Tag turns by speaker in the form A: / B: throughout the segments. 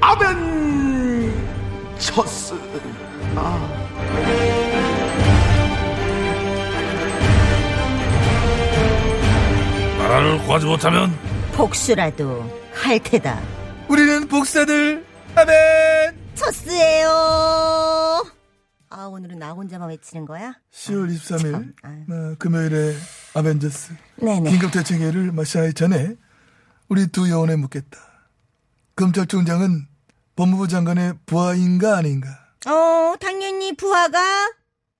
A: 아벤처스.
B: 나라를 구하지 못하면
C: 복수라도 할 테다.
D: 우리는 복사들 아멘
C: 첫스예요. 아 오늘은 나 혼자만 외치는 거야?
D: 10월 23일
C: 아유.
D: 어, 금요일에 아벤져스
C: 네네.
D: 긴급대책회의를 마시기 전에 우리 두 요원에 묻겠다 검찰총장은 법무부 장관의 부하인가 아닌가
C: 어 당연히 부하가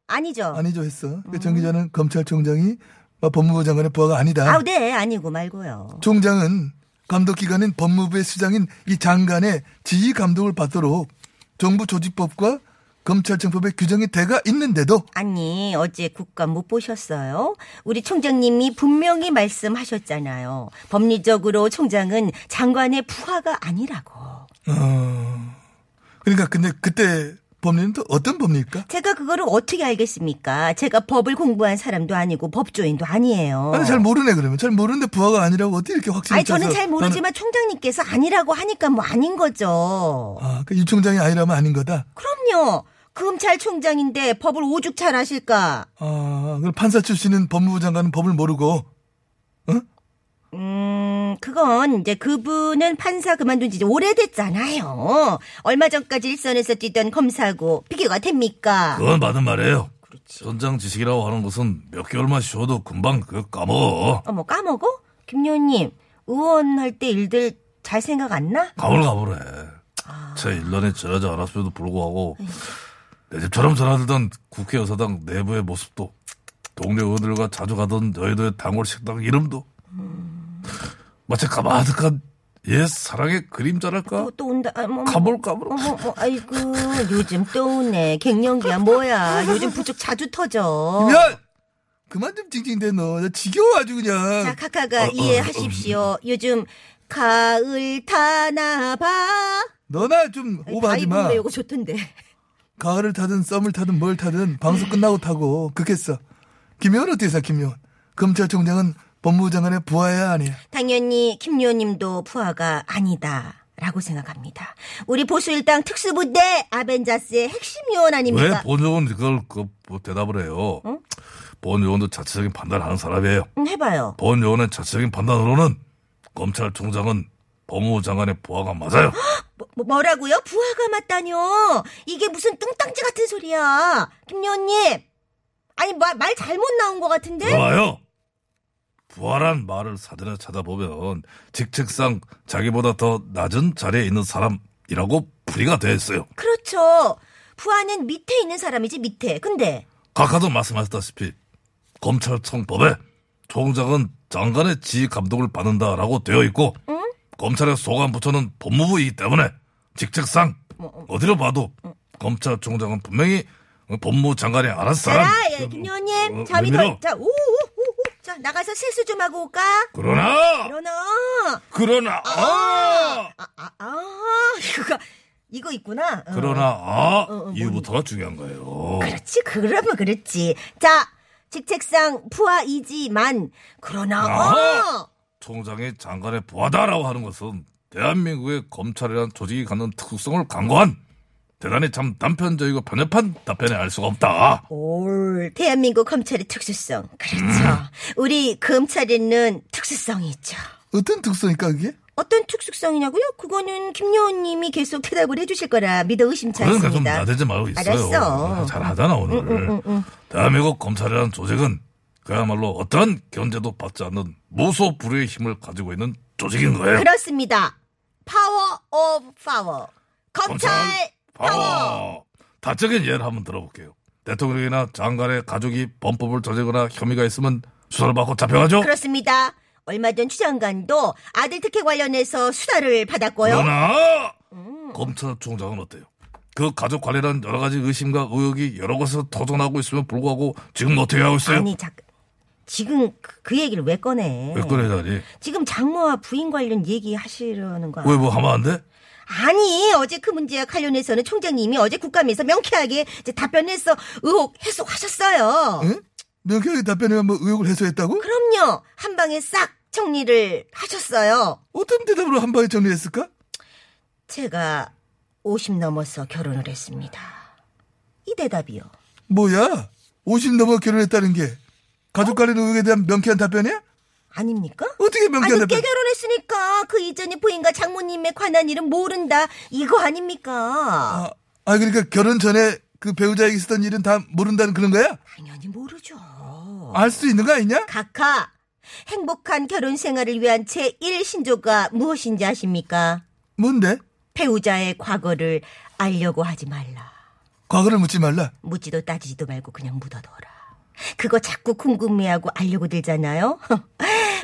C: 아니죠.
D: 아니죠 했어 그정 기자는 검찰총장이 막 법무부 장관의 부하가 아니다
C: 음. 아우 네 아니고 말고요.
D: 총장은 감독기관인 법무부의 수장인 이 장관의 지휘 감독을 받도록 정부 조직법과 검찰청법의 규정이 대가 있는데도
C: 아니 어제 국감 못 보셨어요? 우리 총장님이 분명히 말씀하셨잖아요. 법리적으로 총장은 장관의 부하가 아니라고.
D: 어. 그러니까 근데 그때 법리는 또 어떤 법리일까?
C: 제가 그거를 어떻게 알겠습니까? 제가 법을 공부한 사람도 아니고 법조인도 아니에요.
D: 아니 잘 모르네 그러면 잘 모르는데 부하가 아니라고 어떻게 이렇게
C: 어.
D: 확신을
C: 아니 저는
D: 짜서
C: 잘 모르지만 총장님께서 아니라고 하니까 뭐 아닌 거죠.
D: 나는- 아, 그 유총장이 아니라면 아닌 거다.
C: 그럼요. 검찰총장인데 법을 오죽 잘 아실까?
D: 아, 그럼 판사 출신은 법무부 장관은 법을 모르고
C: 음, 그건 이제 그분은 판사 그만둔 지 이제 오래됐잖아요. 얼마 전까지 일선에서 뛰던 검사고 비교가 됩니까?
B: 그건 맞는 말이에요. 현장 지식이라고 하는 것은 몇 개월만 쉬어도 금방 그 까먹어.
C: 어머 까먹어? 김여님 의원할 때 일들 잘 생각 안 나?
B: 가물가물해. 제 일년에 지나지 않았음에도 불구하고 내 집처럼 전화들던 국회 여사당 내부의 모습도 동료 의원들과 자주 가던 여의도의 단골 식당 이름도 마치 가마득한 옛 사랑의
D: 어?
B: 그림자랄까?
C: 또, 또 온다. 아, 뭐, 뭐.
B: 가물가물.
C: 어머, 어머, 아이고, 요즘 또 오네. 갱년기야, 뭐야. 요즘 부쩍 자주 터져.
D: 야 그만 좀 징징대 너. 나 지겨워 아주 그냥.
C: 자, 카카가
D: 어,
C: 이해하십시오. 요즘 가을 타나 봐.
D: 너나 좀 오버하지 마.
C: 바이브인데 요거 좋던데.
D: 가을을 타든 썸을 타든 뭘 타든 방송 끝나고 타고 그겠어. 김효은 어떻게 생각? 김효은 검찰총장은 법무부 장관의 부하야 아니야?
C: 당연히 김요님도 부하가 아니다. 라고 생각합니다. 우리 보수일당 특수부대 아벤자스의 핵심 요원 아닙니까?
B: 왜 본의원 그걸 그뭐 대답을 해요? 본의원도 자체적인 판단을 하는 사람이에요.
C: 음, 해봐요.
B: 본 요원의 자체적인 판단으로는 검찰총장은 법무부 장관의 부하가 맞아요.
C: 뭐, 라고요 부하가 맞다뇨? 이게 무슨 뚱땅지 같은 소리야. 김요님. 아니, 마- 말 잘못 나온 것 같은데?
D: 뭐?
B: 좋아요. 부하란 말을 사전에 찾아보면 직책상 자기보다 더 낮은 자리에 있는 사람이라고 풀이가 돼 있어요.
C: 그렇죠. 부하는 밑에 있는 사람이지, 밑에. 근데.
B: 각하도 말씀하셨다시피 검찰청법에 총장은 장관의 지휘 감독을 받는다라고 되어 있고 검찰의 소관 부처는 법무부이기 때문에 직책상
C: 뭐,
B: 어디로 봐도 검찰총장은 분명히 법무부 장관이 알아서
C: 자,
B: 사람.
C: 예, 김요원님,
B: 어,
C: 잠이
B: 내밀어.
C: 덜, 자, 오, 오, 오, 오, 자, 나가서 세수 좀 하고 올까?
B: 그러나
C: 그러나,
B: 그러나 아!
C: 아, 아, 아, 이거가, 이거 있구나. 어.
B: 그러나 아
C: 어, 그렇죠.
B: 이유부터가 중요한 거예요.
C: 그렇지, 그러면 그렇지. 자, 직책상 부하이지만, 그러나,
B: 아하.
C: 어,
B: 총장이 장관의 부하다라고 하는 것은 대한민국의 검찰이란 조직이 갖는 특성을 강구한 대단히 참 단편적이고 편협한 답변에 알 수가 없다.
C: 올, 대한민국 검찰의 특수성. 그렇죠.
B: 음.
C: 우리 검찰에는 특수성이 있죠.
D: 어떤 특수니까 그게?
C: 어떤 특수성이냐고요? 그거는 김여원님이 계속 대답을 해주실 거라 믿어 의심치
B: 그러니까 좀
C: 않습니다.
B: 나대지 말고 있어요.
C: 알았어. 음,
B: 아, 잘하잖아 오늘. 대한민국 검찰이란 조직은 그야말로 어떠한 견제도 받지 않는 무소불위의 힘을 가지고 있는 조직인
C: 네.
B: 거예요.
C: 그렇습니다. 파워 오브 파워. 검찰 파워.
B: 파워. 다적인 예를 한번 들어볼게요. 대통령이나 장관의 가족이 범법을 저지거나 혐의가 있으면 수사를 받고
C: 그렇죠.
B: 잡혀가죠.
C: 그렇습니다. 얼마 전 추장관도 아들 특혜 관련해서 수사를 받았고요.
B: 그러나 검찰총장은 어때요? 그 가족 관련한 여러 가지 의심과 의혹이 여러 곳에서 터져나오고 있으면 불구하고 지금 어떻게 하고 있어요?
C: 아니 잠깐 지금 그, 그 얘기를 왜 꺼내?
B: 왜 그러냐니?
C: 지금 장모와 부인 관련 얘기 하시려는 거야.
B: 왜 뭐 하면 안 돼?
C: 아니 어제 그 문제와 관련해서는 총장님이 어제 국감에서 명쾌하게 이제 답변해서 의혹 해소하셨어요.
D: 응? 명쾌하게 답변해야 뭐 의혹을 해소했다고?
C: 그럼요 한 방에 싹 정리를 하셨어요.
D: 어떤 대답으로 한 방에 정리했을까?
C: 제가 50 넘어서 결혼을 했습니다. 이 대답이요.
D: 뭐야? 50 넘어 결혼했다는 게 가족 관련 의혹에 대한 명쾌한 답변이야?
C: 아닙니까?
D: 어떻게
C: 아,
D: 명쾌한
C: 늦게
D: 답변?
C: 결혼했으니까 그 이전에 부인과 장모님에 관한 일은 모른다 이거 아닙니까?
D: 아, 아 그러니까 결혼 전에 그 배우자에게 있었던 일은 다 모른다는 그런 거야?
C: 당연히 모르죠.
D: 알 수 있는 거 아니냐?
C: 각하, 행복한 결혼 생활을 위한 제1신조가 무엇인지 아십니까?
D: 뭔데?
C: 배우자의 과거를 알려고 하지 말라.
D: 과거를 묻지 말라.
C: 묻지도 따지지도 말고 그냥 묻어둬라. 그거 자꾸 궁금해하고 알려고 들잖아요?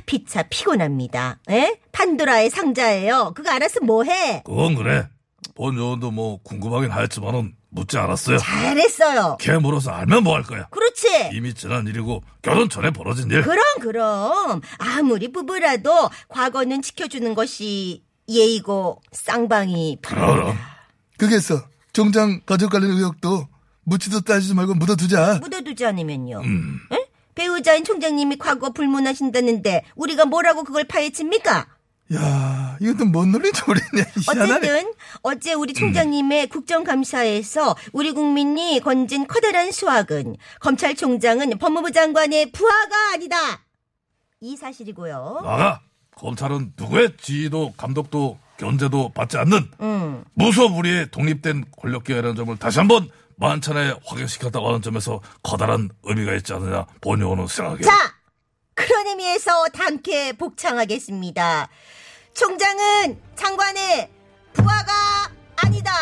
C: 피차 피곤합니다. 에? 판도라의 상자예요. 그거 알아서 뭐해?
B: 그건 그래. 본 요원도 뭐 궁금하긴 하였지만은 묻지 않았어요.
C: 잘했어요.
B: 걔 물어서 알면 뭐 할 거야.
C: 그렇지.
B: 이미 지난 일이고 결혼 전에 벌어진 일.
C: 그럼 그럼 아무리 부부라도 과거는 지켜주는 것이 예의고 쌍방이
B: 그럼.
D: 그게서 종장 가족 관련 의혹도 묻지도 따지지 말고 묻어두자.
C: 묻어두지 않으면요.
B: 음,
C: 에? 배우자인 총장님이 과거 불문하신다는데 우리가 뭐라고 그걸 파헤칩니까?
D: 야, 이건 또 뭔 논리인지 모르겠네. 희한하네. 음.
C: 어쨌든 어제 우리 총장님의 국정감사에서 우리 국민이 건진 커다란 수확은 검찰총장은 법무부 장관의 부하가 아니다. 이 사실이고요.
B: 나가. 검찰은 누구의 지휘도 감독도 견제도 받지 않는
C: 음.
B: 무소불위의 독립된 권력기관이라는 점을 다시 한번 만찬에 확인시켰다고 하는 점에서 커다란 의미가 있지 않느냐 본 요원은 생각해.
C: 자, 그런 의미에서 함께 복창하겠습니다. 총장은 장관의 부하가 아니다.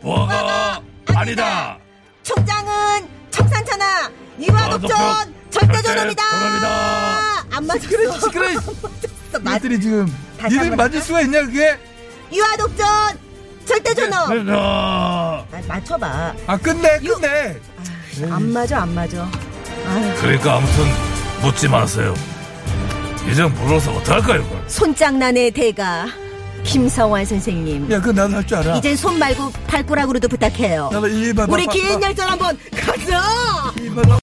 B: 부하가 아니다.
C: 총장은 청산천하 유아
B: 유아
C: 독전
B: 독존 절대
C: 절대 존엄이다.
B: 존엄이다.
C: 안 맞았어.
D: 시끄러, 시끄러.
C: 맞
D: 이들이 지금
C: 다시
D: 니들
C: 한번
D: 맞을 수가 있냐 그게?
C: 유아 독전 절대 존엄.
B: 아니다.
C: 아, 맞춰봐.
D: 아 끝내 끝내. 음.
C: 안 맞아 안 맞아. 아유,
B: 그러니까 아무튼 묻지 마세요. 이제 물어서 어떡할까요? 이걸?
C: 손장난의 대가 김성환 선생님.
D: 야 그거 나도 할 줄 알아.
C: 이젠 손 말고 발가락으로도 부탁해요.
D: 나도 일반.
C: 우리 긴 열전 한번 가자.
D: 일반.